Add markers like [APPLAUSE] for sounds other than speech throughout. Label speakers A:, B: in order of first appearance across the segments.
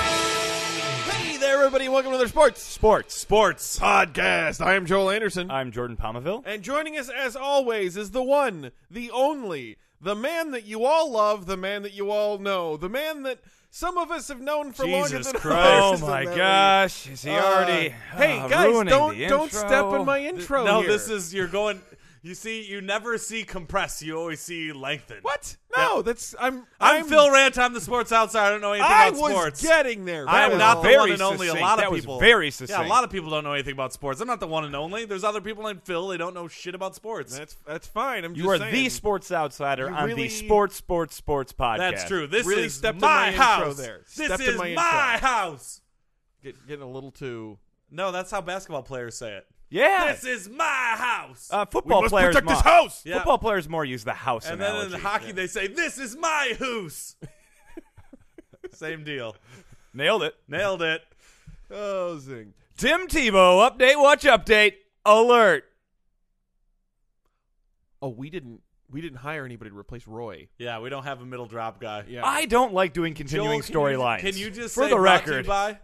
A: Hey there, everybody, and welcome to their sports sports
B: Sports.
A: podcast. I am Joel Anderson,
B: I'm Jordan Palmaville.
A: and joining us as always is the one, the only, the man that you all love, the man that you all know, the man that some of us have known for longer
C: Jesus
A: than
C: Christ!
A: others.
C: Oh my
A: Isn't that
C: gosh! Is he
A: weird?
C: already?
A: Uh, hey
C: uh,
A: guys,
C: ruining
A: don't
C: the
A: don't step
C: intro?
A: in my intro.
B: No,
A: here.
B: this is, you're going, you see, you never see compress, you always see lengthen.
A: what? No, that's I'm
B: I'm, Phil Rant. I'm the sports outsider. I don't know anything
A: I
B: about
A: was
B: sports.
A: getting there.
B: I
A: That
B: am
A: was
B: not the
C: very
B: one and only. A
C: succinct.
B: lot of
C: That
A: [LAUGHS]
C: was
B: people.
C: very
B: Yeah, a
C: succinct.
B: lot of people don't know anything about sports. I'm not the one and only. There's other people named Phil. They don't know shit about sports.
A: That's that's fine. I'm
C: You
A: just
C: are
A: saying.
C: the sports outsider
A: You
C: on
A: really-
C: the sports, sports, sports podcast.
B: That's true. This
A: Really
B: is
A: stepped in
B: my,
A: my intro
B: house.
A: there.
B: This
A: Stepped in
B: is
A: my
B: my
A: intro.
B: house.
A: Get, getting a little too.
B: No, that's how basketball players say it.
C: Yeah.
B: This is my house.
C: uh,
A: We
C: football
A: must
C: players.
A: protect
C: more.
A: this house.
B: Yeah.
C: Football players more use the house
B: and then
C: analogy.
B: in hockey, they say, "This is my
C: [LAUGHS]
B: hoose." Same deal.
C: Nailed it.
B: Nailed it.
A: Oh, zing.
C: Tim Tebow update. Watch update. Alert.
A: Oh, we didn't we didn't hire anybody to replace Roy.
B: Yeah, we don't have a middle drop guy.
A: Yeah.
C: I don't like doing continuing
B: Joel,
C: storylines.
B: Can, you- can you just
C: for
B: say
C: the
B: brought to you
C: record?
B: by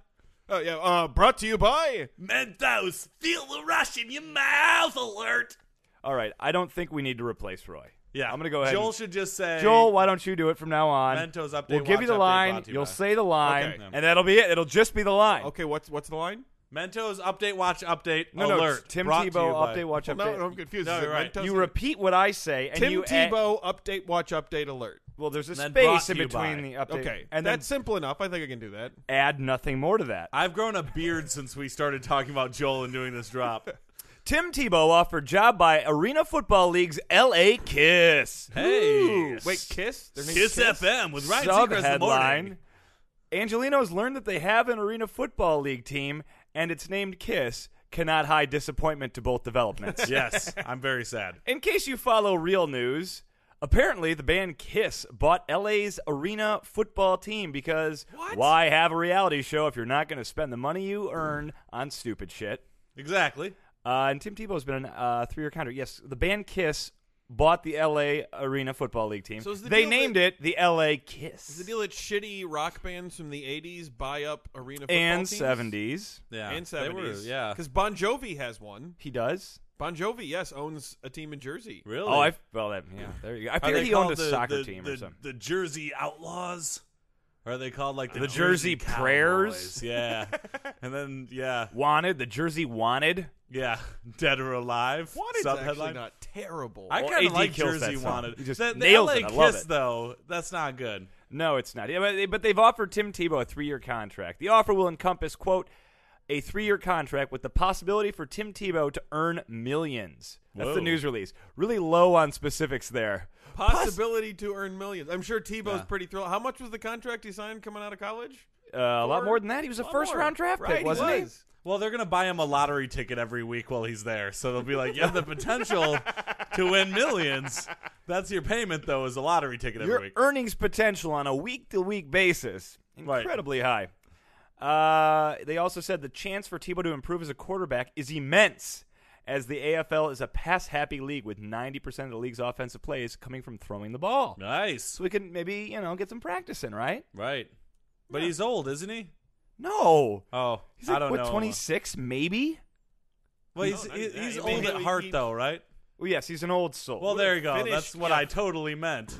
A: Oh yeah, uh, brought to you by.
B: Mentos? Feel the rush in your mouth. Alert.
C: All right. I don't think we need to replace Roy.
B: Yeah,
C: I'm gonna go ahead.
B: Joel
C: and-
B: should just say
C: Joel, why don't you do it from now on?
B: Mentos update,
C: We'll give
B: watch
C: you the
B: update,
C: line.
B: brought to you
C: You'll
B: by-
C: say the line,
A: Okay.
C: and that'll be it. It'll just be the line.
A: Okay, what's what's the line?
B: Mentos update, watch update,
C: No, no.
B: alert.
C: Tim
B: Brought to
C: Tebow
B: you by-
C: update. Watch
A: Well,
C: update.
A: no, no, I'm confused.
B: No,
A: Is it
B: you're right.
A: Mentos?
C: you repeat what I say, and
A: Tim
C: you add-
A: Tebow update watch update alert.
C: well, there's a
B: Then brought
C: space in
B: to you
C: between the
B: by-
C: update,
A: Okay,
C: and
A: that's
C: then
A: simple enough. I think I can do that.
C: add nothing more to that.
B: I've grown a beard since we started talking about Joel and doing this
C: [LAUGHS]
B: drop.
C: Tim Tebow offered job by Arena Football League's L.A. Kiss.
B: Hey.
A: Wait, Kiss? Their name's
B: Kiss, FM with Ryan
C: Sub
B: Seacrest in the morning.
C: headline: Angelinos learned that they have an Arena Football League team, and it's named Kiss. Cannot hide disappointment to both
B: [LAUGHS]
C: developments.
B: Yes, I'm very sad.
C: In case you follow real news, apparently the band Kiss bought LA's arena football team because
B: What?
C: why have a reality show if you're not going to spend the money you earn on stupid shit?
B: Exactly.
C: Uh, and Tim Tebow's been on uh, three-year contract. Yes, the band Kiss bought the LA Arena Football League team.
A: So is the
C: they
A: deal
C: named it the LA Kiss.
A: Is the deal that shitty rock bands from the '80s buy up arena football
C: and
A: teams?
C: seventies,
B: Yeah.
A: and
B: They were,
A: '70s?
B: yeah.
A: because Bon Jovi has one.
C: he does.
A: Bon Jovi, yes, owns a team in Jersey.
B: Really?
C: Oh, I well, that, yeah, there you go. I
B: Are
C: figured
B: they
C: he owned a
B: called the,
C: soccer
B: the-
C: team
B: the,
C: or something.
B: The Jersey Outlaws? Or are they called like the,
C: The Jersey Prayers?
B: Cowboys?
C: [LAUGHS]
B: Yeah. and then, yeah.
C: Wanted the jersey wanted.
B: Yeah. [LAUGHS] Dead or Alive?
A: What is
B: sub
A: actually
B: headline.
A: not terrible.
B: I
C: Well,
B: kind of
C: AD
B: like
C: kills
B: Jersey
C: that song.
B: Wanted.
C: He just
B: the, the
C: nails
B: LA
C: it. I love
B: Kiss,
C: it.
B: though, that's not good.
C: No, it's not. Yeah, but, they, but they've offered Tim Tebow a three-year contract. The offer will encompass, quote, a three-year contract with the possibility for Tim Tebow to earn millions. That's
B: Whoa.
C: the news release. Really low on specifics there.
A: Possibility to earn millions. I'm sure Tebow's
B: Yeah.
A: pretty thrilled. How much was the contract he signed coming out of college?
C: Uh, a lot
A: Four-
C: more than that. He was a
A: lot
C: first-round
A: more.
C: draft
A: Right,
C: pick, wasn't he?
A: was.
B: Well, they're going to buy him a lottery ticket every week while he's there. So they'll be like, you have the potential to win millions. That's your payment, though, is a lottery ticket every
C: Your
B: week.
C: earnings potential on a week-to-week basis
B: Right.
C: incredibly high. Uh, they also said the chance for Tebow to improve as a quarterback is immense, as the AFL is a pass-happy league with 90% of the league's offensive plays coming from throwing the ball.
B: nice.
C: so we can maybe you know get some practice in, right?
B: Right. But he's old, isn't he?
C: No,
B: Oh,
C: he's like
B: I don't
C: what
B: know.
C: twenty six, maybe.
B: Well, he's,
A: No,
B: he-
A: I-
B: he's
A: I
B: old
A: mean,
B: at
A: he-
B: heart,
A: he-
B: though, right?
C: Well, yes, he's an old soul.
B: Well, there you go.
A: finished-
B: That's what
A: yeah.
B: I totally meant.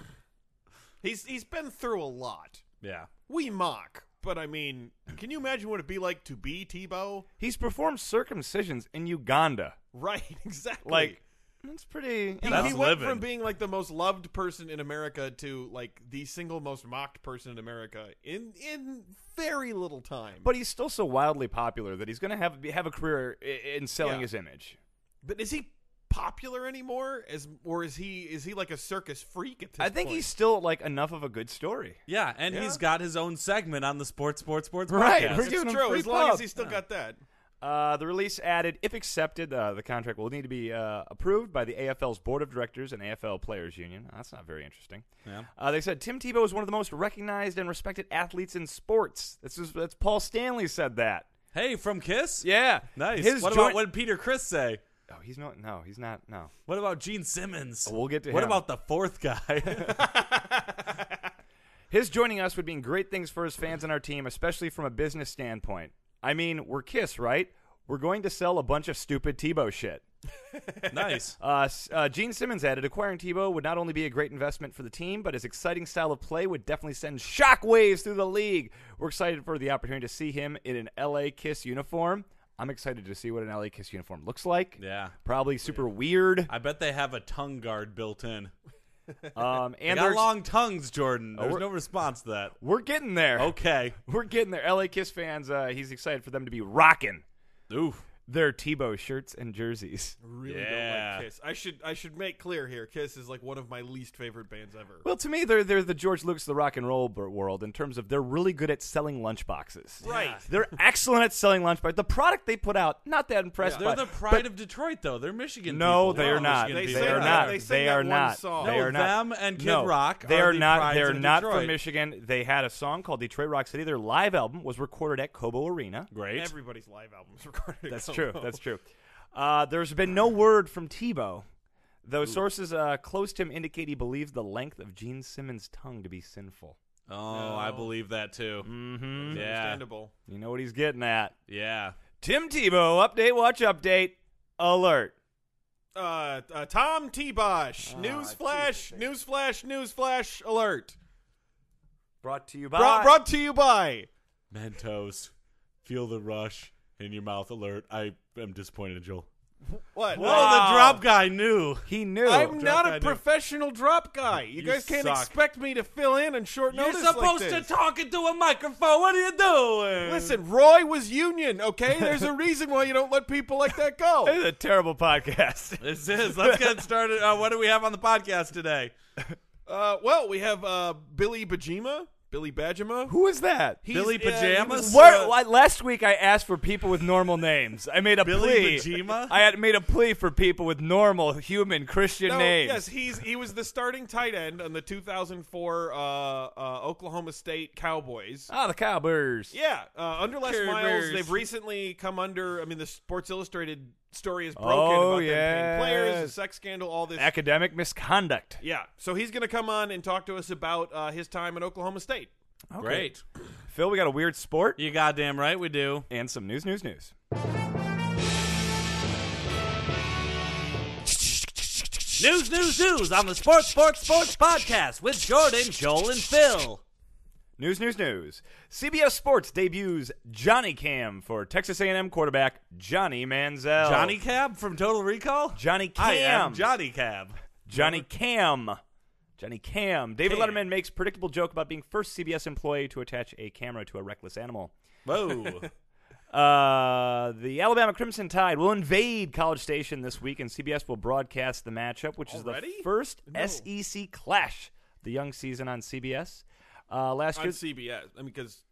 A: He's he's been through a lot.
B: Yeah.
A: We mock, but I mean, can you imagine what it'd be like to be Tebow? [LAUGHS]
C: he's performed circumcisions in Uganda.
A: Right, exactly.
C: Like that's pretty.
A: he,
C: You know,
A: he went
B: living.
A: from being like the most loved person in America to like the single most mocked person in America in in very little time.
C: but he's still so wildly popular that he's going to have have a career i- in selling
A: Yeah.
C: his image.
A: but is he popular anymore? As or is he is he like a circus freak at this
C: I think
A: point?
C: he's still like enough of a good story.
B: Yeah, and
A: Yeah.
B: he's got his own segment on the Sports Sports Sports
C: Right,
B: podcast.
C: we're
A: it's
C: giving him
A: true.
C: free
A: As long
C: pub.
A: as he's still got that.
C: Uh, the release added, if accepted, uh, the contract will need to be uh, approved by the AFL's board of directors and AFL Players Union. That's not very interesting.
B: Yeah.
C: Uh, they said Tim Tebow is one of the most recognized and respected athletes in sports. This is that's Paul Stanley said that.
B: Hey, from Kiss?
C: Yeah,
B: Nice.
C: His
B: what
C: joint-
B: about what did Peter Chris say?
C: Oh, he's not. No, he's not. No.
B: What about Gene Simmons?
C: We'll get to
B: What
C: him.
B: about the fourth
C: [LAUGHS]
B: guy?
C: His joining us would mean great things for his fans and our team, especially from a business standpoint. I mean, we're Kiss, right? We're going to sell a bunch of stupid Tebow shit.
B: nice.
C: Uh, S- uh, Gene Simmons added, acquiring Tebow would not only be a great investment for the team, but his exciting style of play would definitely send shockwaves through the league. We're excited for the opportunity to see him in an LA Kiss uniform. I'm excited to see what an LA Kiss uniform looks like.
B: Yeah.
C: Probably super weird.
B: I bet they have a tongue guard built in.
C: [LAUGHS] Um,
B: They
C: and
B: got
C: there's- Oh,
B: long tongues, Jordan. There's
C: we're-
B: no response to that.
C: we're getting there.
B: Okay.
C: [LAUGHS] We're getting there. LA Kiss fans, uh, he's excited for them to be rocking
B: Oof.
C: their Tebow shirts and jerseys.
A: Really
B: Yeah.
A: don't like Kiss. I should I should make clear here. Kiss is like one of my least favorite bands ever.
C: Well, to me, they're they're the George Lucas of the rock and roll b- world in terms of they're really good at selling lunchboxes.
A: [LAUGHS] Right.
C: They're excellent at selling lunchboxes. The product they put out, not that impressed.
B: They're
C: by.
B: the pride of Detroit, though. They're Michigan.
C: no,
B: people.
C: they
B: We're
C: are not.
B: Michigan
C: They,
B: people.
C: are
A: that-
C: not.
A: they
C: They,
A: sing that
C: are
A: one
C: not.
A: song.
C: They
B: No,
C: are not.
B: them and Kid
C: No,
B: Rock
C: They
B: are
C: are,
B: the
C: not.
B: prides
C: They are
B: of
C: not
B: Detroit.
C: from Michigan. They had a song called Detroit Rock City. Their live album was recorded at Cobo Arena.
B: Great.
A: Everybody's live albums recorded.
C: That's
B: [LAUGHS]
C: true. That's true. Uh, there's been no word from Tebow, though sources uh, close to him indicate he believes the length of Gene Simmons' tongue to be sinful.
B: oh, I believe that too.
C: Mm-hmm.
B: Yeah.
A: understandable.
C: You know what he's getting at.
B: Yeah.
C: Tim Tebow, update, watch, update, alert.
A: Uh, uh, Tom T. Bosch. newsflash! Newsflash! Newsflash! Alert!
C: Brought to you by.
A: Brought, brought to you by.
B: Mentos, feel the rush in your mouth. Alert. I am disappointed, Joel.
A: What?
B: Whoa,
C: Wow.
B: the drop guy knew.
C: he knew.
A: I'm
B: drop
A: not
B: guy,
A: a
B: dude.
A: professional drop guy. You,
B: You
A: guys can't
B: suck.
A: expect me to fill in on short
B: You're
A: notice.
B: supposed
A: like
B: to
A: this.
B: talk into a microphone. What are you doing?
A: Listen, Roy was union. Okay, there's a reason why you don't let people like that
C: this
A: go.
C: [LAUGHS] is a terrible podcast.
B: This is. Let's get started. Uh, what do we have on the podcast today?
A: Uh, well, we have uh, Billy Bajima, Billy Bajima.
C: [LAUGHS] Who is that? He,
B: Billy
A: yeah, he
B: Pajamas?
A: was-
C: Where,
A: uh,
C: why- last week I asked for people with normal names. I made a
B: Billy
C: plea.
B: Bajima?
C: I had made a plea for people with normal human Christian
A: No,
C: names.
A: yes, he's he was the starting tight end on the 2004 uh, uh, Oklahoma State Cowboys.
C: Ah, the Cowboys.
A: Yeah, uh, under Les
B: Care
A: Miles,
B: Bears.
A: they've recently come under. I mean, the Sports Illustrated story is broken
C: Oh,
A: about them paying players, the
C: yes.
A: sex scandal, all this.
C: Academic misconduct.
A: yeah, so he's going to come on and talk to us about uh, his time at Oklahoma State.
B: Great.
C: Phil, we got a weird sport
B: You goddamn right we do.
C: and some news, news, news.
B: News, news, news on the Sports, Sports, Sports podcast with Jordan, Joel, and Phil.
C: News, news, news. CBS Sports debuts Johnny Cam for Texas A&M quarterback Johnny Manziel.
B: Johnny Cab from Total Recall?
C: Johnny Oh. Cam.
B: I am Johnny Cab.
C: Johnny Cam. Johnny Cam. David
B: Cam.
C: Letterman makes predictable joke about being first CBS employee to attach a camera to a reckless animal.
B: Whoa.
C: [LAUGHS] Uh, the Alabama Crimson Tide will invade College Station this week, and CBS will broadcast the matchup, which is
A: Already?
C: the first SEC clash the young season on CBS. Uh, last
A: on
C: year,
A: CBS. I mean, because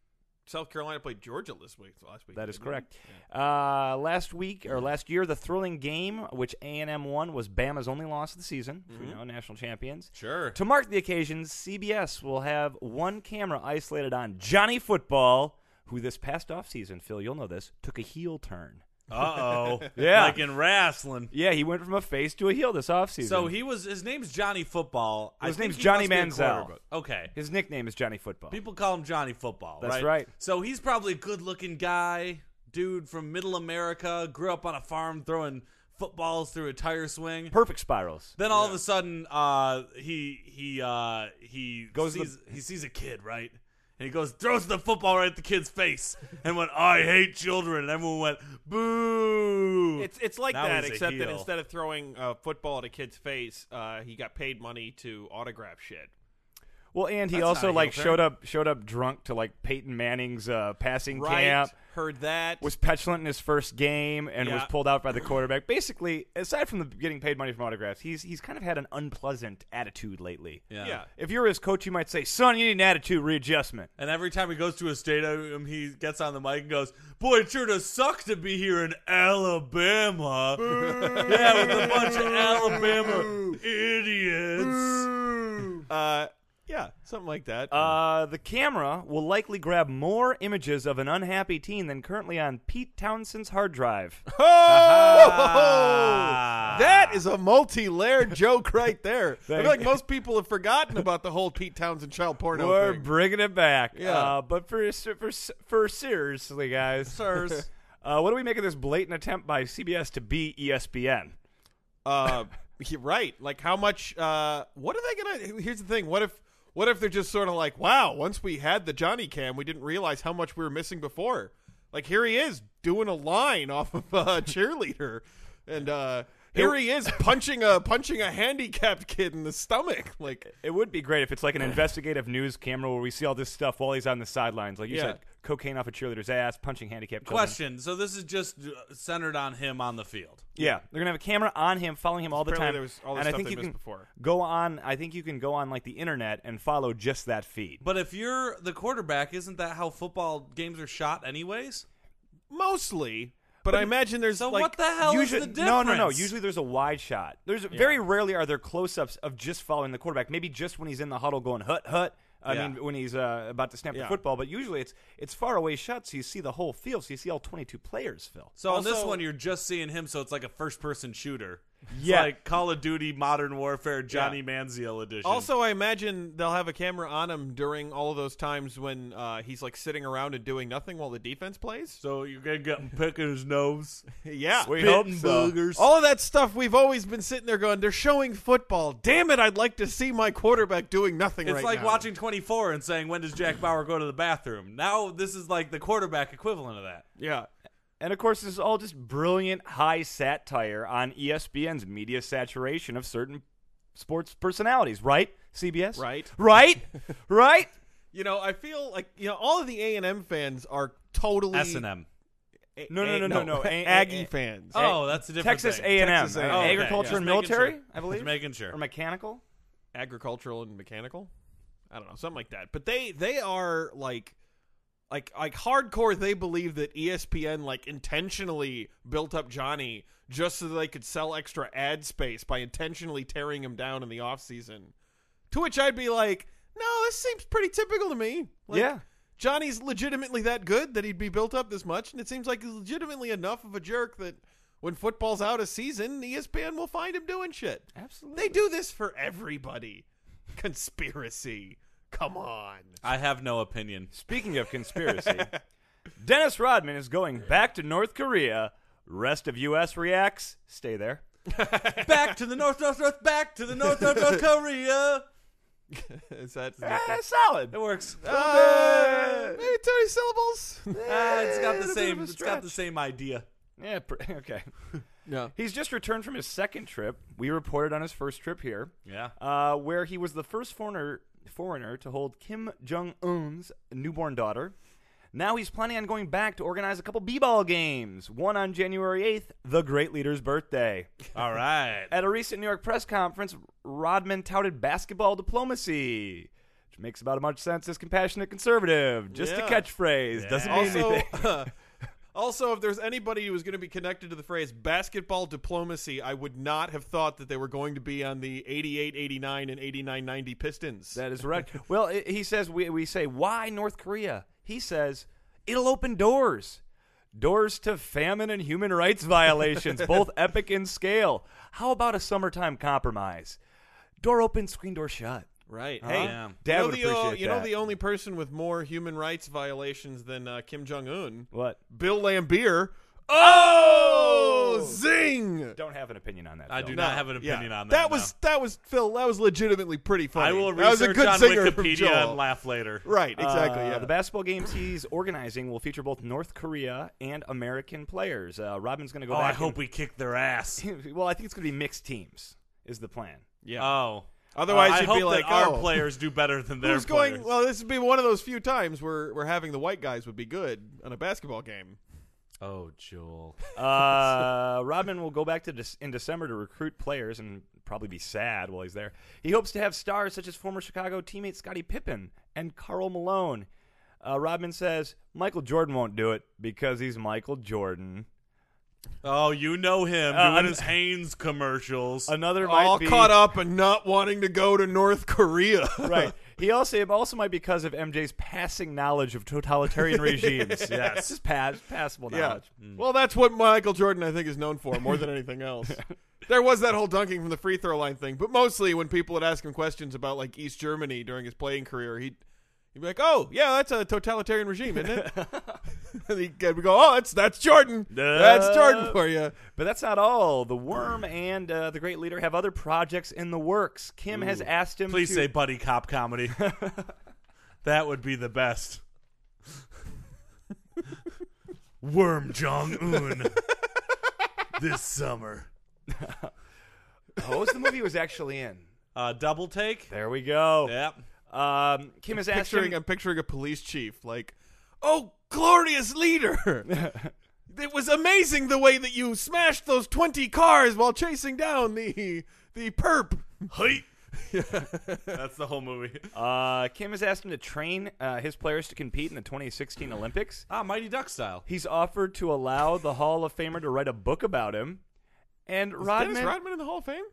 A: South Carolina played Georgia this week. Last week,
C: That is
A: didn't they?
C: correct. Uh, last week or last year, the thrilling game which A and M won was Bama's only loss of the season. which We know national champions.
B: sure.
C: To mark the occasion, CBS will have one camera isolated on Johnny Football, who this past offseason, Phil, you'll know this, took a heel turn.
B: Uh oh.
C: [LAUGHS] Yeah.
B: Like in wrestling.
C: Yeah, he went from a face to a heel this offseason.
B: So he was. His name's Johnny Football. I
C: His
B: think
C: name's
B: he
C: Johnny
B: must be a
C: Manziel.
B: quarterback. Okay.
C: his nickname is Johnny Football.
B: People call him Johnny Football.
C: That's
B: right.
C: right.
B: So he's probably a good-looking guy, dude from Middle America. Grew up on a farm throwing footballs through a tire swing.
C: Perfect spirals.
B: Then all of a sudden, uh, he he uh, he
C: Goes to the-
B: sees he sees a kid right, and he goes throws the football right at the kid's face, and went I hate children, and everyone went boo.
A: It's it's like
B: Now
A: that,
B: he's a
A: except that
B: heel.
A: instead of throwing a football at a kid's face, uh, he got paid money to autograph shit.
C: Well, and he
B: That's not a
C: also
B: heel
C: like
B: turn.
C: showed up showed up drunk to like Peyton Manning's uh, passing
A: Right.
C: camp.
A: Heard that.
C: Was petulant in his first game and was
A: Yeah.
C: pulled out by the quarterback. Basically, aside from the getting paid money from autographs, he's he's kind of had an unpleasant attitude lately.
B: Yeah.
A: yeah.
C: If you're his coach, you might say, "Son, you need an attitude readjustment."
B: And every time he goes to a stadium, he gets on the mic and goes, "Boy, it sure does suck to be here in Alabama. yeah, with a bunch of Alabama idiots."
A: Uh, yeah, something like that.
C: Uh, the camera will likely grab more images of an unhappy teen than currently on Pete Townsend's hard drive.
A: Oh, that is a multi-layered joke right
B: [LAUGHS]
A: there. I feel like most people have forgotten about the whole Pete Townsend child porno
C: We're
A: thing.
C: bringing it back.
A: Yeah.
C: Uh, but for for for seriously, guys, sirs, [LAUGHS] uh, what do we make of this blatant attempt by CBS to E be ESPN?
A: uh, [LAUGHS] he- right? Like how much? Uh, what are they gonna? Here's the thing. What if? What if they're just sort of like, wow? Once we had the Johnny Cam, we didn't realize how much we were missing before. Like here he is doing a line off of a [LAUGHS] cheerleader, and uh, here he
B: [LAUGHS]
A: is punching a punching a handicapped kid in the stomach. Like
C: It would be great if it's like an investigative news camera where we see all this stuff while he's on the sidelines, like you
A: Yeah.
C: said, cocaine off a cheerleader's ass, punching handicapped children.
B: Question: So this is just uh, centered on him on the field.
C: Yeah, they're gonna have a camera on him, following him all the
A: Apparently
C: time.
A: there was all the
C: and
A: stuff
C: I think
A: they
C: you
A: missed
C: can
A: before.
C: go on. I think you can go on like the internet and follow just that feed.
B: But if you're the quarterback, isn't that how football games are shot, anyways?
A: mostly, but, I imagine there's
B: So
A: like
B: what the hell
C: Usually-
B: is the difference?
C: No, no, no. Usually there's a wide shot. There's very rarely are there close-ups of just following the quarterback. Maybe just when he's in the huddle going hut hut. I
B: Yeah.
C: mean, when he's uh, about to snap
A: Yeah.
C: the football. But usually it's it's far away shots, so you see the whole field, so you see all 22 players. Phil.
B: So on this
A: Also-
B: one, you're just seeing him, so it's like a first-person shooter. It's
C: Yeah.
B: like Call of Duty Modern Warfare Johnny
A: Yeah.
B: Manziel edition.
A: Also, I imagine they'll have a camera on him during all of those times when uh, he's like sitting around and doing nothing while the defense plays.
B: so you're gonna get him picking his nose.
A: Yeah.
C: We hope so.
A: All of that stuff we've always been sitting there going, they're showing football. Damn it, I'd like to see my quarterback doing nothing
B: It's
A: right
B: like
A: now.
B: watching 24 and saying, when does Jack Bauer go to the bathroom? Now this is like the quarterback equivalent of that.
A: Yeah.
C: And of course, this is all just brilliant high satire on E ESPN's media saturation of certain sports personalities, right? CBS,
A: Right.
C: right, right.
A: You know, I feel like you know all of the A and M fans are totally
B: S&M.
A: A-
C: No, no,
A: A-
C: no, no, no. A-
A: [LAUGHS]
C: A-
A: Aggie
C: A-
A: fans.
B: Oh, that's a different
C: Texas
B: thing. Oh,
C: A and M,
A: Texas A&M.
C: agriculture
B: Just
C: and
B: making
C: military,
B: sure.
C: I believe,
B: Just making sure.
C: or mechanical.
A: agricultural and mechanical. I don't know, something like that. But they they are like like like hardcore they believe that E ESPN like intentionally built up Johnny just so that they could sell extra ad space by intentionally tearing him down in the off season. To which I'd be like, "No, this seems pretty typical to me." Like,
C: Yeah.
A: Johnny's legitimately that good that he'd be built up this much, and it seems like he's legitimately enough of a jerk that when football's out of season, E ESPN will find him doing shit.
C: Absolutely.
A: They do this for everybody. Conspiracy. Come on.
B: I have no opinion. [LAUGHS]
C: Speaking of conspiracy, [LAUGHS] Dennis Rodman is going back to North Korea. Rest of U.S. reacts. Stay there.
B: back to the North, North, North, back to the North, North, North Korea.
A: [LAUGHS] Is that
C: Eh, solid.
B: It
C: [LAUGHS]
B: works.
A: Uh,
C: Ah,
A: maybe Ah! Tony syllables?
B: Ah, it's got the
C: a bit of
B: same.
C: a
B: It's got the
C: stretch.
B: same idea.
C: Yeah. pr- [LAUGHS] okay.
A: no.
C: He's just returned from his second trip. We reported on his first trip here.
B: Yeah.
C: Uh, where he was the first foreigner foreigner to hold Kim Jong Un's newborn daughter. Now he's planning on going back to organize a couple b-ball games. One on January 8th, the great leader's birthday.
B: [LAUGHS] All right.
C: At a recent New York press conference, Rodman touted basketball diplomacy, which makes about as much sense as compassionate conservative. Just
A: Yeah.
C: a catchphrase. Doesn't mean
A: Also,
C: anything.
A: [LAUGHS] also, if there's anybody who was going to be connected to the phrase basketball diplomacy, I would not have thought that they were going to be on the 88, 89, and 89, 90 Pistons.
C: That
B: [LAUGHS]
C: is correct. well, i he says we, we say why North Korea. He says it'll open doors, doors to famine and human rights [LAUGHS] violations,
B: [LAUGHS]
C: both epic in scale. How about a summertime compromise? Door open, screen door shut.
A: right.
C: Hey,
B: Yeah.
C: Dad
A: you know,
C: would
A: the,
C: appreciate
A: uh, you know
C: that.
A: the only person with more human rights violations than uh, Kim Jong Un?
C: what?
A: Bill Lambier. Oh, zing!
C: Don't have an opinion on that.
B: I
C: Phil.
B: do not have an opinion on that.
A: Uh, That was that was Phil. That was legitimately pretty funny.
B: I will
A: that was
B: research
A: a good
B: on
A: singer from
B: Wikipedia
A: Joel.
B: and laugh later.
A: Right, exactly.
C: Uh,
A: yeah,
C: The basketball games he's organizing will feature both North Korea and American players. Uh, Robin's going to go
B: Oh,
C: back.
B: I hope we kick their ass.
C: [LAUGHS] we. well, I think it's going to be mixed teams. Is the plan?
B: Oh,
A: Otherwise,
B: Uh, I
A: you'd
B: hope
A: be like,
B: that our
A: oh,
B: players do better than their
A: who's going?
B: players.
A: Well, this would be one of those few times where where having the white guys would be good on a basketball game.
B: oh, Joel.
C: Uh, Rodman will go back to Dec- in December to recruit players and probably be sad while he's there. He hopes to have stars such as former Chicago teammate Scottie Pippen and Carl Malone. Uh, Rodman says Michael Jordan won't do it because he's Michael Jordan.
B: [LAUGHS] Oh, you know him
C: Uh,
B: doing
C: an-
B: his Haynes commercials.
C: Another
A: All
C: might be
A: caught up and not wanting to go to North Korea. [LAUGHS]
C: [LAUGHS] right. He also it also might be because of MJ's passing knowledge of
A: [LAUGHS]
C: totalitarian regimes. Yes, just pass, passable
A: Yeah.
C: knowledge.
A: Well, that's what Michael Jordan, I think, is known for more than anything else. there was that whole dunking from the free throw line thing, but mostly when people would ask him questions about like East Germany during his playing career, he'd, he'd be like, "Oh, yeah, that's a totalitarian regime, isn't it?" [LAUGHS] and he'd go, we go, "Oh, that's that's Jordan. That's Jordan for you."
C: But that's not all. The Worm and uh, the Great Leader have other projects in the works. Kim has asked him.
B: Please
C: to-
B: say buddy cop comedy. that would be the best. Worm Jong Un. this summer.
C: What was Oh, the movie he was actually in?
B: Uh, double take.
C: There we go.
B: Yep.
C: Um, Kim has asked
A: Picturing,
C: him.
A: I'm picturing a police chief like, "Oh, glorious
B: [LAUGHS]
A: leader." It was amazing the way that you smashed those twenty cars while chasing down the the perp. [LAUGHS]
B: Hey. That's the whole movie.
C: Uh, Kim has asked him to train uh, his players to compete in the 2016 Olympics.
B: Ah, Mighty Duck style.
C: He's offered to allow the Hall of Famer to write a book about him. And
A: Dennis
C: Rodman,
A: Rodman in the Hall of Fame?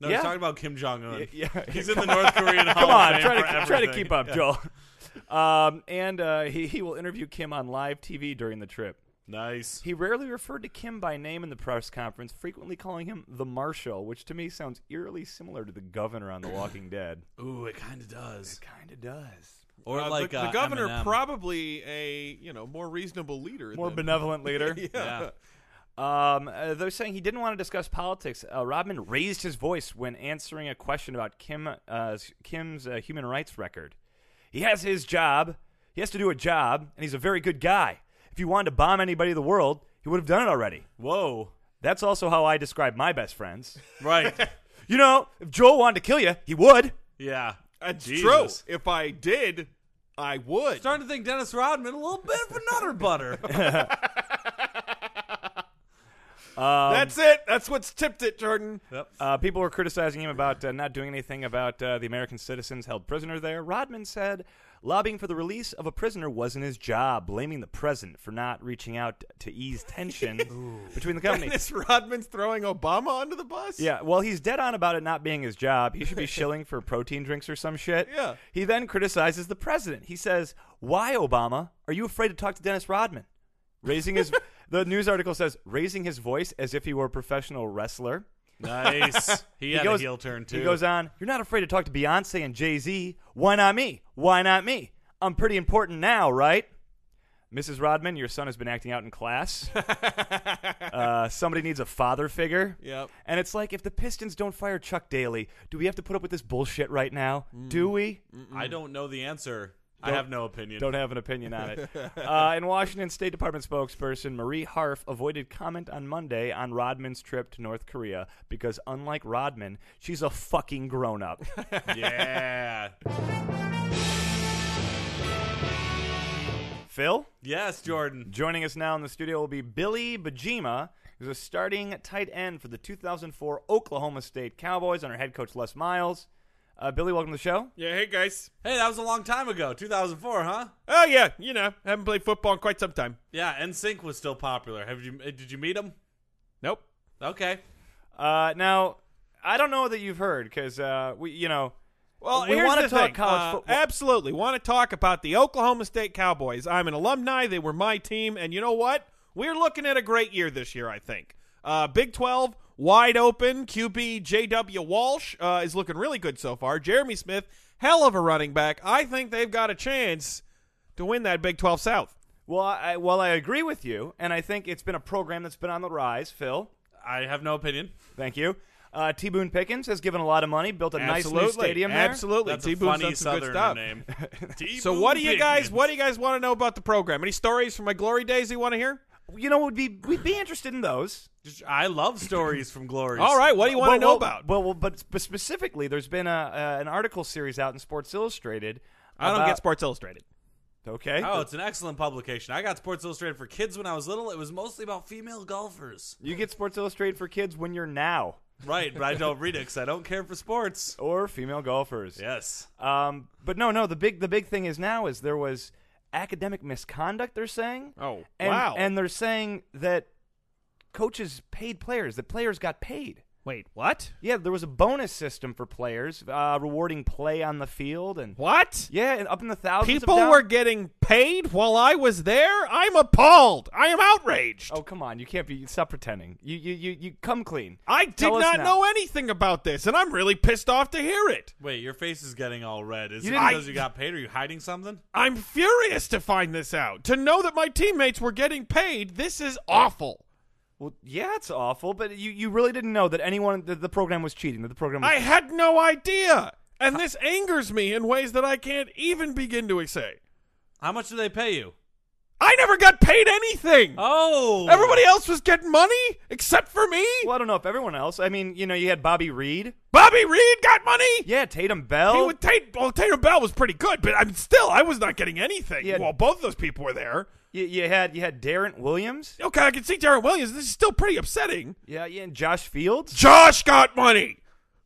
B: No,
C: Yeah.
B: he's talking about Kim Jong Un.
C: [LAUGHS] Yeah, yeah.
B: He's in the North Korean Hall of
C: Come on,
B: Fame for
C: try to try to
B: everything.
C: keep up, Joel. Um, and uh, he, he will interview Kim on live TV during the trip.
B: Nice.
C: He rarely referred to Kim by name in the press conference, frequently calling him the Marshal, which to me sounds eerily similar to the governor on The Walking Dead.
B: Ooh, it kind of does.
C: Kind of does.
B: Or
A: Uh, the-
B: like
A: the,
B: uh,
A: governor,
B: Eminem.
A: probably a you know more reasonable leader,
C: More
A: than,
C: benevolent leader.
B: Yeah.
C: Um, uh, though saying he didn't want to discuss politics, uh, Rodman raised his voice when answering a question about Kim uh, Kim's uh, human rights record. He has his job. He has to do a job, and he's a very good guy. If you wanted to bomb anybody in the world, he would have done it already.
B: Whoa.
C: That's also how I describe my best friends.
B: Right.
C: You know, if Joel wanted to kill you, he would.
B: yeah.
A: That's
B: Jesus. [LAUGHS]
A: true. If I did, I would.
B: Starting to think Dennis Rodman a little bit [LAUGHS] of a nutter butter.
A: That's it. That's what's tipped it, Jordan.
C: Uh, people were criticizing him about uh, not doing anything about uh, the American citizens held prisoner there. Rodman said lobbying for the release of a prisoner wasn't his job, blaming the president for not reaching out to ease tension between the companies.
A: Dennis Rodman's throwing Obama under the bus.
C: Yeah, well, he's dead on about it not being his job. He should be shilling for protein drinks or some shit.
A: Yeah.
C: He then criticizes the president. He says, "Why, Obama, are you afraid to talk to Dennis Rodman?" Raising his, the news article says, raising his voice as if he were a professional wrestler.
B: nice. He, had
C: goes-
B: a heel turn too.
C: He goes on, You're not afraid to talk to Beyonce and Jay Z. Why not me? Why not me? I'm pretty important now, right? Mrs. Rodman, your son has been acting out
B: [LAUGHS]
C: in class. uh, somebody needs a father figure.
A: Yep.
C: And it's like, if the Pistons don't fire Chuck Daly, do we have to put up with this bullshit right now?
B: Mm.
C: Do we?
B: I don't know the answer. I
C: Don't-
B: have no opinion.
C: Don't have an opinion on it.
B: [LAUGHS]
C: uh, and Washington State Department spokesperson Marie Harf avoided comment on Monday on Rodman's trip to North Korea because, unlike Rodman, she's a fucking grown up.
B: [LAUGHS] yeah.
C: Phil?
B: yes, Jordan.
C: Joining us now in the studio will be Billy Bajima, who's a starting tight end for the 2004 Oklahoma State Cowboys under head coach Les Miles. Uh, Billy, welcome to the show.
A: Yeah. Hey guys.
B: Hey, that was a long time ago. 2004, huh?
A: Oh yeah. You know, haven't played football in quite some time.
B: Yeah, NSYNC was still popular. Have you uh, did you meet him?
A: Nope.
B: Okay.
C: Uh, now, I don't know that you've heard because uh, we, you know,
A: Well,
C: we
A: here's
C: wanna
A: the
C: talk
A: thing.
C: college
A: Uh,
C: football.
A: Absolutely, want to talk about the Oklahoma State Cowboys. I'm an alumni; they were my team, and you know what? We're looking at a great year this year. I think uh, Big Twelve wide open. QB J.W. Walsh uh, is looking really good so far. Jeremy Smith, hell of a running back. I think they've got a chance to win that Big Twelve South.
C: well, I, well, I agree with you, and I think it's been a program that's been on the rise. Phil,
B: I have no opinion.
C: thank you. Uh, T. Boone Pickens has given a lot of money, built a
A: Absolutely,
C: nice new stadium there.
A: absolutely.
B: That's a
A: T-Boon's
B: funny
A: done some good
B: Southerner
A: stuff.
B: name.
A: [LAUGHS] So, what do you guys? What do you guys want to know about the program? Any stories from my glory days you want to hear?
C: You know, would be we'd be interested in those.
B: Just- I love stories from glories.
A: All right, what do you want to
C: Well,
A: know
C: well,
A: about?
C: Well, well, but but specifically, there's been a uh, an article series out in Sports Illustrated.
A: I don't
C: about-
A: get Sports Illustrated.
C: Okay.
B: Oh, it's an excellent publication. I got Sports Illustrated for kids when I was little. It was mostly about female golfers.
C: You get Sports Illustrated for kids when you're now
B: Right, but I don't read it because I don't care for sports.
C: or female golfers.
B: Yes. Uh,
C: Um, but no, no. The big the big thing is now is there was academic misconduct. They're saying.
A: Oh,
C: and,
A: wow.
C: And they're saying that coaches paid players. That players got paid.
A: Wait, what?
C: Yeah, there was a bonus system for players, uh, rewarding play on the field and
A: What?
C: yeah, and up in the thousands.
A: People
C: of down-
A: were getting paid while I was there. I'm appalled. I am outraged.
C: Oh come on! You can't be. Stop pretending. You you you, you come clean.
A: I did
C: Tell us
A: not
C: now.
A: know anything about this, and I'm really pissed off to hear it.
B: Wait, your face is getting all red. Is
C: You
B: it
C: didn't-
B: because you got paid? Are you hiding something?
A: I'm furious to find this out. To know that my teammates were getting paid, this is awful.
C: Well, yeah, it's awful, but you, you really didn't know that anyone that the program was cheating. That the program. Was
A: I had no idea. And this angers me in ways that I can't even begin to say.
B: How much do they pay you?
A: I never got paid anything.
B: Oh,
A: Everybody else was getting money except for me.
C: [LAUGHS] Well, I don't know if everyone else. I mean, you know, you had Bobby Reed.
A: Bobby Reed got money.
C: Yeah, Tatum
A: He
C: Bell.
A: would Tate, well, Tatum Bell was pretty good, but I'm still I was not getting anything
C: Yeah.
A: while both those people were there.
C: you, you had you had Darren Williams.
A: Okay, I can see Darren Williams. This is still pretty upsetting.
C: Yeah, yeah, and Josh Fields.
A: Josh got money.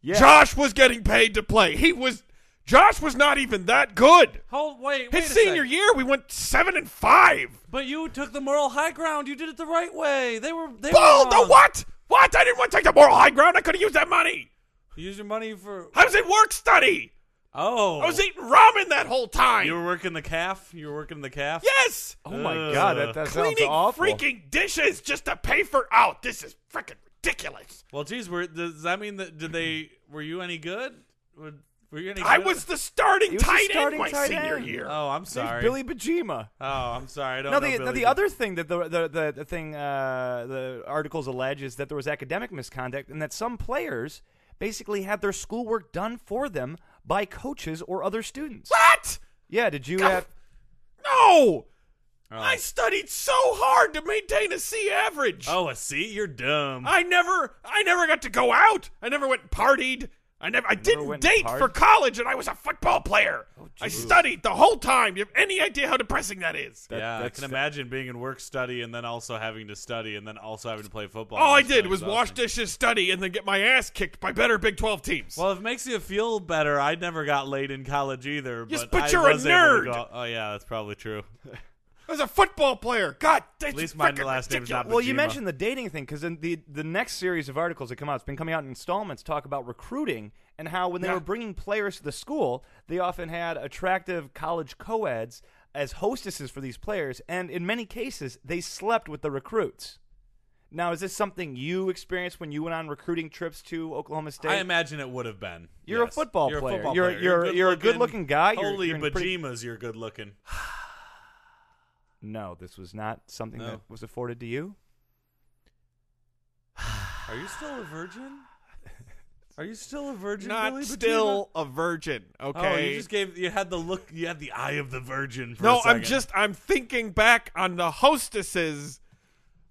C: Yeah.
A: Josh was getting paid to play. He was Josh was not even that good.
B: Hold, wait, wait
A: His
B: a
A: senior
B: sec.
A: year, we went seven and five.
B: But you took the moral high ground. You did it the right way. They were they
A: Bull,
B: were
A: the
B: wrong.
A: what? What? I didn't want to take the moral high ground. I could have used that money.
B: You used your money for
A: I was in work study.
B: oh.
A: I was eating ramen that whole time.
B: you were working the calf. You were working the calf.
A: yes.
C: Oh my
B: Ugh.
C: God, that, that sounds
A: cleaning
C: awful.
A: freaking dishes just to pay for out. This is freaking ridiculous.
B: Well, geez, were, does that mean that did they? Were you any good? Were, were you any?
A: I
B: good?
A: was the starting
C: He was the
A: tight
C: starting
A: end my
C: tight
A: senior
C: end.
A: year.
B: Oh, I'm
C: His name's
B: sorry.
C: Billy Bajima.
B: Oh, I'm sorry. I don't
C: No,
B: know
C: the, no,
B: Billy.
C: the other thing that the the, the, the thing uh, the articles allege is that there was academic misconduct and that some players basically had their schoolwork done for them by coaches or other students.
A: What?
C: Yeah, did you
A: God.
C: have?
A: No.
B: Oh.
A: I studied so hard to maintain a C average.
B: Oh, a C? You're dumb.
A: I never I never got to go out. I never went and partied. I never I didn't
C: went
A: date
C: and partied?
A: for college and I was a football player.
B: Oh,
A: I studied the whole time. You have any idea how depressing that is?
C: That-
B: yeah, I
C: that's
B: can
C: fa-
B: imagine being in work study and then also having to study and then also having to play football.
A: All I
B: That's
A: did
B: so
A: was wash
B: exhausting.
A: dishes, study, and then get my ass kicked by better Big 12 teams.
B: Well, if it makes you feel better, I never got laid in college either.
A: Yes,
B: but,
A: but
B: I
A: you're a
B: was able to
A: nerd.
B: go- oh yeah, that's probably true.
A: I was a football player. God, that's
B: At least mine, the
A: frickin'
B: last name's
A: ridiculous.
B: not
C: Well, you
B: Bajima.
C: mentioned the dating thing because the the next series of articles that come out, it's been coming out in installments, talk about recruiting and how when they
A: Yeah.
C: were bringing players to the school, they often had attractive college co-eds as hostesses for these players, and in many cases, they slept with the recruits. Now, is this something you experienced when you went on recruiting trips to Oklahoma State?
B: I imagine it would have been.
C: You're a
B: Yes.
C: football
B: you're A
C: player.
B: football
C: You're-
B: player.
C: you're- you're a good-looking guy. You're-
B: Holy
C: you're in pretty-
B: Bajimas, you're good looking.
C: no, this was not something
B: No.
C: that was afforded to you.
B: Are you still a virgin?
C: [SIGHS]
B: Are you still a virgin? Billy
A: not
B: Bajima?
A: still a virgin,
B: Oh,
A: okay?
B: you just gave. You had the look. You had the eye of the virgin. For
A: no,
B: i
A: I'm just I'm thinking back on the hostesses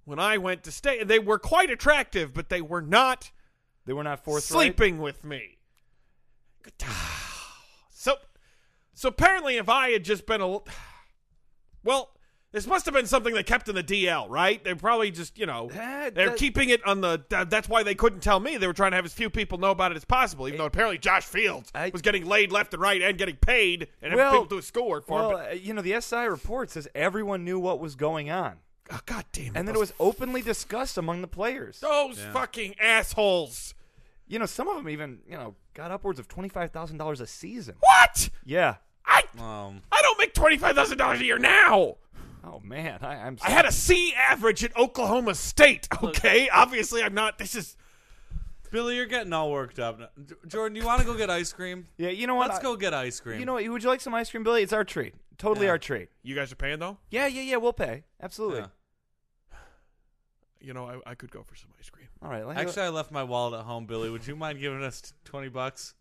A: when I went to stay. They were quite attractive, but they were not
C: They were not forthright.
A: sleeping with me. [SIGHS] So, so apparently, if I had just been a, l- [SIGHS] well, this must have been something they kept in the DL, right? They probably just you know
C: Eh,
A: they're
C: that-
A: keeping it on the. that- That's why they couldn't tell me. They were trying to have as few people know about it as possible. Even though apparently Josh Fields
C: I-
A: was getting laid left and right and getting paid and
C: Well-
A: having people do a score for
C: Well,
A: him.
C: uh, you know, the SI report says everyone knew what was going on,
A: But, oh, God damn it!
C: and then it
A: those-
C: was openly discussed among the players.
A: those fucking assholes.
C: You know, some of them even you know got upwards of twenty five thousand dollars a season.
A: What?
C: Yeah.
A: I
B: Um,
A: I don't make twenty five thousand dollars a year now.
C: Oh man, I, I'm.
A: I had a C average at Oklahoma State. Okay, obviously I'm not. This is
B: Billy, you're getting all worked up. J- Jordan, you want to go get ice cream?
C: yeah, you know what?
B: Let's
C: I-
B: go get ice cream.
C: You know what? Would you like some ice cream, Billy? It's our treat. Totally
B: Yeah.
C: our treat.
A: you guys are paying though.
C: Yeah, yeah, yeah. We'll pay. Absolutely.
B: Yeah.
A: You know I, I could go for some ice cream.
C: All right. Let
B: Actually, I left my wallet at home, Billy. Would you mind giving us t- twenty bucks?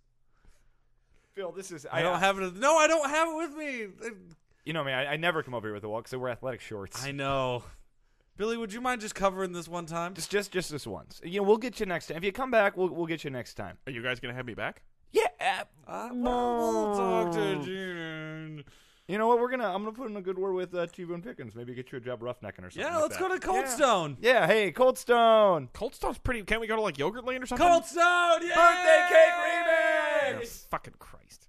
C: Phil, this is.
B: I don't have it. No, I don't have it with me.
C: You know me. I, I never come over here with a walk, so we're athletic shorts.
B: I know. Billy, would you mind just covering this one time?
C: Just, just, just this once. You know, we'll get you next time. If you come back, we'll, we'll get you next time.
A: Are you guys gonna have me back?
C: Yeah. uh,
B: Uh, well, we'll talk to
C: no.
B: June.
C: You know what? We're gonna. I'm gonna put in a good word with uh, T Boone Pickens. Maybe get you a job roughnecking or something.
B: Yeah,
C: like
B: let's
C: that.
B: go to Cold Stone.
C: Yeah. Hey, Cold Stone.
A: Cold Stone's pretty. Can't we go to like Yogurtland or something?
B: Cold Stone, yeah!
C: Birthday cake
A: Oh,
C: remix.
A: fucking Christ.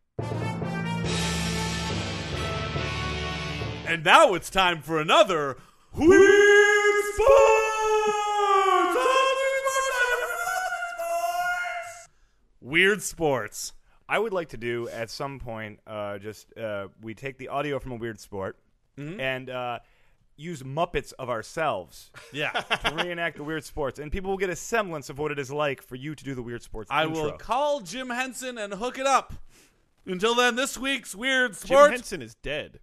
B: And now it's time for another Weird Sports! Weird Sports.
C: I would like to do at some point. Uh, just uh, we take the audio from a weird sport and uh, use Muppets of ourselves
B: [LAUGHS] Yeah.
C: to reenact the weird sports, and people will get a semblance of what it is like for you to do the weird sports.
B: I
C: intro.
B: will call Jim Henson and hook it up. Until then, this week's Weird
A: Jim
B: Sports.
A: Henson is dead.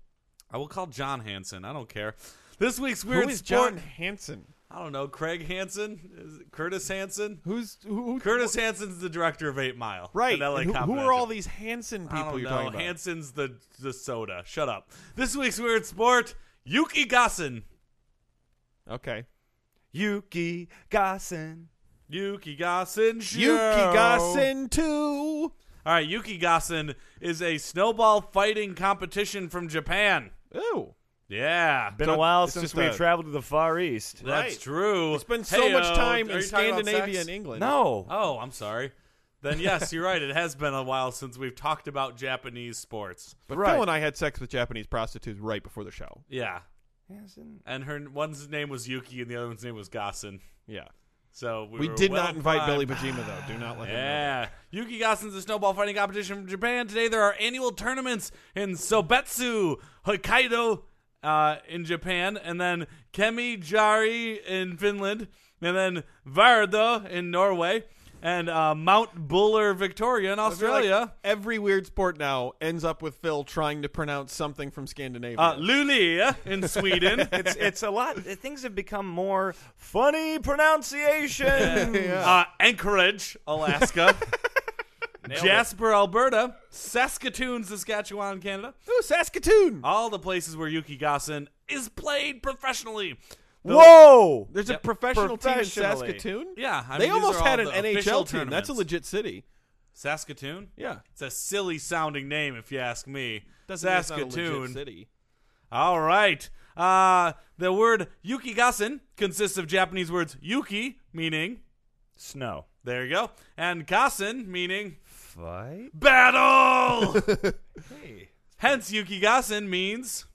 B: I will call John Hanson. I don't care. This week's
A: Who
B: Weird
A: is
B: Sport.
A: John Hanson?
B: I don't know. Craig Hansen? Is it Curtis Hansen?
A: Who's who? who
B: Curtis Hansen's the director of Eight Mile.
A: right.
B: and LA
A: and who, who
B: Confidential.
A: are all these Hanson people
B: I don't
A: you're
B: know.
A: talking about?
B: Hansen's the the soda. Shut up. This week's weird sport, Yuki Gossen.
A: Okay.
C: Yuki Gossen.
B: Yuki Gossen.
A: Yuki Gassen too.
B: All right, Yuki Gossen is a snowball fighting competition from Japan.
A: Ooh.
B: Yeah.
C: Been
A: So
C: a while
A: it's
C: since
A: just
C: we
A: a-
C: traveled to the Far East.
B: That's
A: Right.
B: true.
A: We spend so
B: Hey,
A: much
B: oh,
A: time in
B: are you talking about
A: Scandinavia
B: sex?
A: and England.
C: No.
B: [LAUGHS] Oh, I'm sorry. Then yes, you're right. It has been a while since we've talked about Japanese sports.
A: But
C: Right.
A: Phil and I had sex with Japanese prostitutes right before the show.
B: Yeah.
C: Yes, and-
B: And her one's name was Yuki and the other one's name was Gossen.
A: Yeah.
B: So we,
A: We
B: were
A: did
B: well
A: not invite
B: primed.
A: Billy Bajima though. Do not let him
B: Yeah. Yuki Gassen's a snowball fighting competition from Japan. Today there are annual tournaments in Sobetsu, Hokkaido, uh, in Japan, and then Kemijari in Finland, and then Varda in Norway, and uh, Mount Buller, Victoria in
A: know. I feel like
B: Australia.
A: every weird sport now ends up with Phil trying to pronounce something from Scandinavia.
B: Uh, Luleå in Sweden.
C: it's it's a lot. Things have become more funny
B: [LAUGHS]
C: pronunciation.
B: uh, Anchorage, Alaska. Jasper, Alberta. Saskatoon, Saskatchewan, Canada.
A: Ooh, Saskatoon.
B: all the places where Yuki Gossen is played professionally.
C: Whoa!
A: There's a
B: Yep.
A: professional team in
C: Professionally.
A: Saskatoon.
B: Yeah, I
A: they
B: mean, these
A: almost
B: are all
A: had an
B: the official
A: NHL team. That's a
B: tournaments.
A: legit city.
B: Saskatoon.
A: Yeah,
B: It's a silly sounding name, if you ask me.
A: Doesn't mean it's not a legit
B: Saskatoon.
A: city.
B: All right. Uh, the word Yuki Gossen consists of Japanese words Yuki, meaning
C: Snow.
B: there you go, and Gossen, meaning
C: Fight.
A: [LAUGHS]
B: battle.
C: Hey.
B: Hence, Yuki Gossen means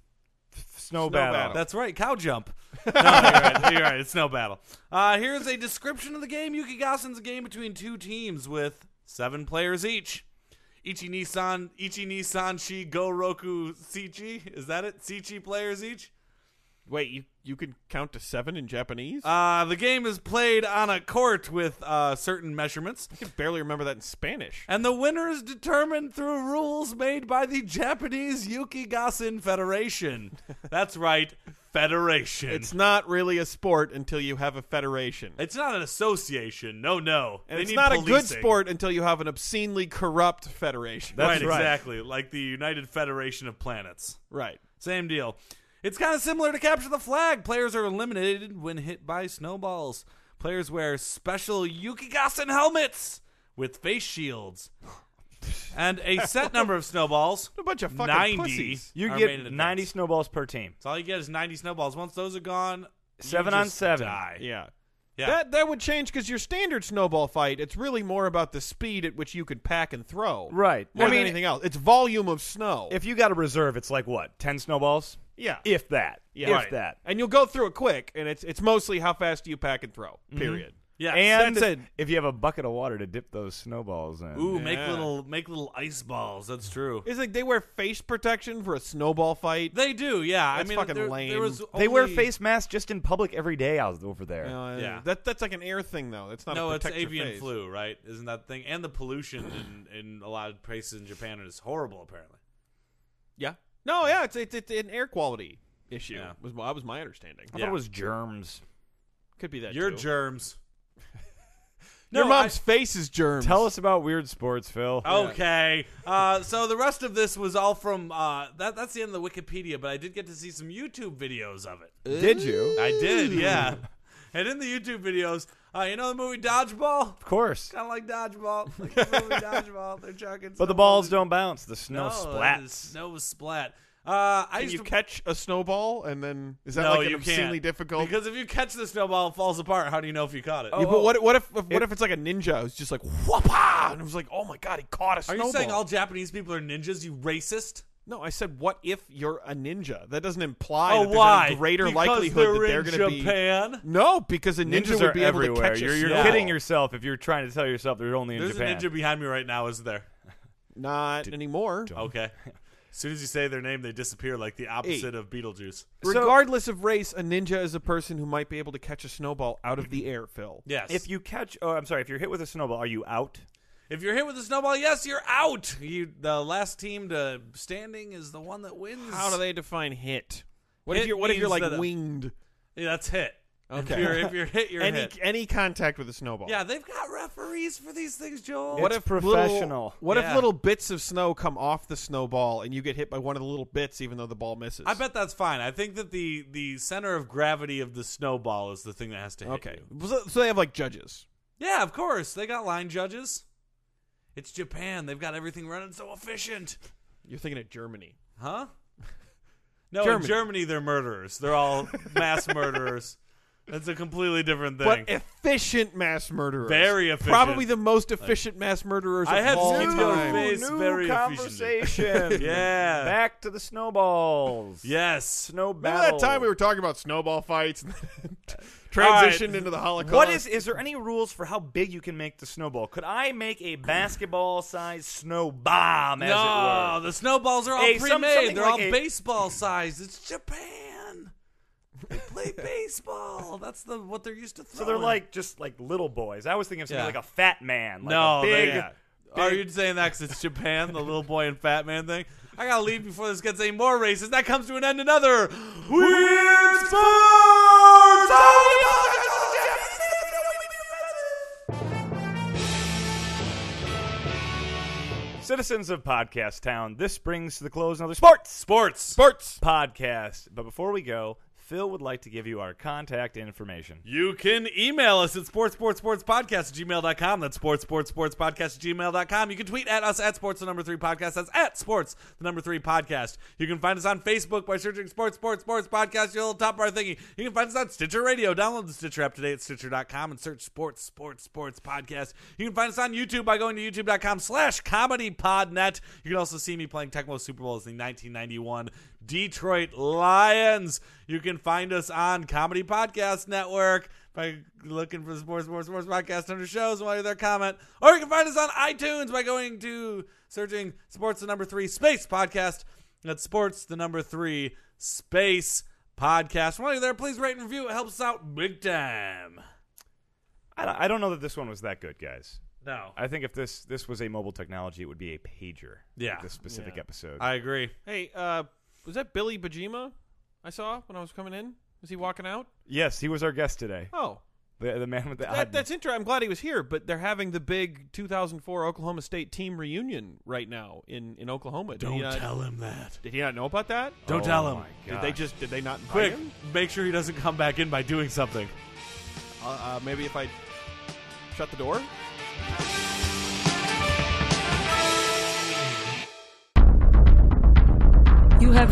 C: Snow,
A: Snow
C: battle.
A: battle.
B: That's right, cow jump. [LAUGHS] No, you're right. You're right. It's no battle. Uh, here's a description of the game. Yuki Gassen's a game between two teams with seven players each. Ichi Nissan, Ichi Nissan, Shi Goroku Sichi. Is that it? Sichi players each.
A: Wait, you you could count to seven in Japanese?
B: Uh, the game is played on a court with uh, certain measurements,
A: I can barely remember that in Spanish.
B: and the winner is determined through rules made by the Japanese Yuki Gassen Federation. That's right, Federation.
A: It's not really a sport until you have a federation.
B: It's not an association. No, no.
A: and
B: They
A: it's
B: need
A: not a good
B: policing.
A: sport until you have an obscenely corrupt federation.
C: That's
B: right,
C: right.
B: exactly. Like the United Federation of Planets.
A: right.
B: Same deal. It's kind of similar to capture the flag. Players are eliminated when hit by snowballs. Players wear special Yukigassen helmets with face
A: [LAUGHS]
B: shields. And a set number of snowballs.
A: A bunch of fucking
B: 90.
A: pussies.
C: You
B: are made in
C: get
B: advance.
C: 90 snowballs per team.
B: So all you get is 90 snowballs. Once those are gone, you
C: Seven on
B: just
C: seven.
B: die.
A: Yeah.
B: Yeah.
A: That that would change because your standard snowball fight, it's really more about the speed at which you could pack and throw.
C: Right.
A: More
C: I
A: than
C: mean-
A: anything else. It's volume of snow.
C: If you got a reserve, it's like what? 10 snowballs?
A: yeah.
C: If that.
A: Yeah.
C: If
A: Right.
C: that.
A: and you'll go through it quick, and it's it's mostly how fast do you pack and throw. Period.
B: Yeah,
C: and
A: that's it.
C: if you have a bucket of water to dip those snowballs in.
B: Ooh, make
A: Yeah.
B: little make little ice balls. That's true.
A: It's like they wear face protection for a snowball fight.
B: They do, yeah.
A: That's
B: I mean,
A: fucking
B: there,
A: lame.
B: There was
C: They wear
B: only-
C: face masks just in public every day out over there.
A: You know, uh,
B: Yeah.
A: that that's like an air thing though. That's not
B: No,
A: a
B: it's
A: protect your
B: avian
A: face.
B: flu, right? Isn't that the thing? And the pollution in, in a lot of places in Japan is horrible, apparently.
A: Yeah. No, yeah, it's it's, it's an air quality issue.
B: Yeah.
A: Was my, that was my understanding.
C: I
B: Yeah.
C: thought it was germs.
A: Could be that
B: Your
A: too.
B: germs.
A: Your
B: No,
A: mom's face is germs.
C: Tell us about weird sports, Phil.
B: [LAUGHS] Oh, Okay. Uh, so the rest of this was all from uh, that. That's the end of the Wikipedia, but I did get to see some YouTube videos of it.
C: Did you?
B: I did, yeah. And in the YouTube videos, uh, you know the movie Dodgeball. [LAUGHS]
C: Of course.
B: Kind of like dodgeball, like the movie dodgeball. They're chucking.
C: But the
B: snowballs.
C: balls don't bounce. The
B: No,
C: snow
B: the
C: splats.
B: Snow splat. Uh, I
A: Can
B: used
A: you
B: to
A: catch a snowball and then is that
B: No,
A: like an
B: you
A: obscenely
B: can't.
A: difficult? Oh,
B: because if you catch the snowball, it falls apart. How do you know if you caught it?
A: yeah, but what what if if- what
C: It-
A: if it's like a ninja who's just like whoopah and it was like oh my god he caught a
B: Are
A: snowball.
B: you saying all Japanese people are ninjas? You racist?
A: no, I said what if you're a ninja? That doesn't imply
B: oh,
A: that there's
B: why?
A: any greater
B: because
A: likelihood
B: they're
A: that they're
B: in
A: going to be
B: Japan.
A: No, because a ninja
C: Ninjas
A: would
C: are
A: be able to
C: everywhere.
A: catch a
C: You're, you're
A: snowball.
C: kidding yourself if you're trying to tell yourself they're only in
B: There's
C: Japan.
B: a ninja behind me right now, isn't there?
A: [LAUGHS] Not anymore.
B: Okay. As soon as you say their name, they disappear like the opposite of Beetlejuice.
C: So-
A: Regardless of race, a ninja is a person who might be able to catch a snowball out of the air, Phil.
B: Yes.
C: If you catch, oh, I'm sorry. If you're hit with a snowball, are you out?
B: If you're hit with a snowball, yes, you're out. You the last team to standing is the one that wins.
A: How do they define hit? What if
B: Hit
A: you're what if you're
B: means
A: like
B: that a-
A: winged?
B: Yeah, that's hit.
A: Okay.
B: If you're, if you're hit,
A: [LAUGHS]
B: you're
A: Any
B: hit.
A: any contact with a snowball.
B: Yeah, they've got referees for these things, Joel.
A: What
C: It's
A: if little-
C: professional.
A: what if
B: Yeah.
A: little bits of snow come off the snowball and you get hit by one of the little bits even though the ball misses?
B: I bet that's fine. I think that the the center of gravity of the snowball is the thing that has to hit.
A: Okay.
B: you.
A: So, so they have like judges.
B: Yeah, of course. They got line judges. It's Japan. They've got everything running so efficient.
A: You're thinking of Germany.
B: Huh? [LAUGHS] No,
A: Germany.
B: in Germany they're murderers.
A: [LAUGHS]
B: They're all mass murderers. That's a completely different thing.
A: But efficient mass murderers.
B: Very efficient.
A: Probably the most efficient mass murderers
B: I
A: of
B: have
A: all
B: seen
A: time.
B: your face
C: New
B: very efficiently. [LAUGHS]
C: conversation.
B: Yeah.
C: Back to the snowballs.
B: yes.
C: Snow
A: Remember
C: battle.
A: that time we were talking about snowball fights and then [LAUGHS]
B: All
A: transitioned
B: right.
A: into the Holocaust?
C: What is? Is there any rules for how big you can make the snowball? Could I make a basketball-sized snow bomb, as
B: no,
C: it were?
B: Oh, the snowballs are all
C: Hey, some-
B: pre-made.
C: something
B: They're
C: like
B: all
C: a-
B: baseball sized. It's Japan. They play
A: [LAUGHS]
B: baseball. That's the what they're used to
C: So
B: throwing.
C: they're like just like little boys. I was thinking of something
B: Yeah.
C: like a fat man, like
B: no,
C: a big.
B: they- Are you saying that 'cause it's Japan, the little boy and fat man thing? I gotta leave before this gets any more racist. That comes to an end. Another weird sports.
C: Citizens of Podcast Town, this brings to the close another sports
B: Sports.
A: Sports.
C: podcast. But before we go, Phil would like to give you our contact information.
B: You can email us at sports, sports, sports podcast at gmail.com. That's sports, sports, sports podcast at gmail.com. You can tweet at us at sports, the number three podcast. That's at sports, the number three podcast. You can find us on Facebook by searching sports, sports, sports podcast. You'll top of our thingy. You can find us on Stitcher Radio. Download the Stitcher app today at stitcher.com and search sports, sports, sports podcast. You can find us on YouTube by going to youtube.com slash comedy podnet. You can also see me playing Tecmo Super Bowl as the 1991 Detroit Lions. You can find us on Comedy Podcast Network by looking for Sports Sports Sports Podcast under shows and while you're there comment. Or you can find us on iTunes by going to searching Sports the number three space podcast. That's Sports the number three space podcast. While you're there, please rate and review. It helps us out big time.
C: I don't, I don't know that this one was that good, guys.
B: No.
C: I think if this this was a mobile technology, it would be a pager.
B: Yeah.
C: like this specific episode.
B: I agree.
A: Hey, uh, was that Billy Bajima I saw when I was coming in? Was he walking out?
C: yes, he was our guest today.
A: Oh,
C: The, the man with the
A: that,
C: odd.
A: that's interesting. I'm glad he was here, but they're having the big 2004 Oklahoma State team reunion right now in, in Oklahoma. Did he not,
B: him that.
A: Did he not know about that?
B: Don't
C: Oh
B: tell him.
C: my
A: Did they just? Did they not invite
B: Quick,
A: him?
B: make sure he doesn't come back in by doing something.
A: Uh, uh, maybe if I shut the door.
D: You have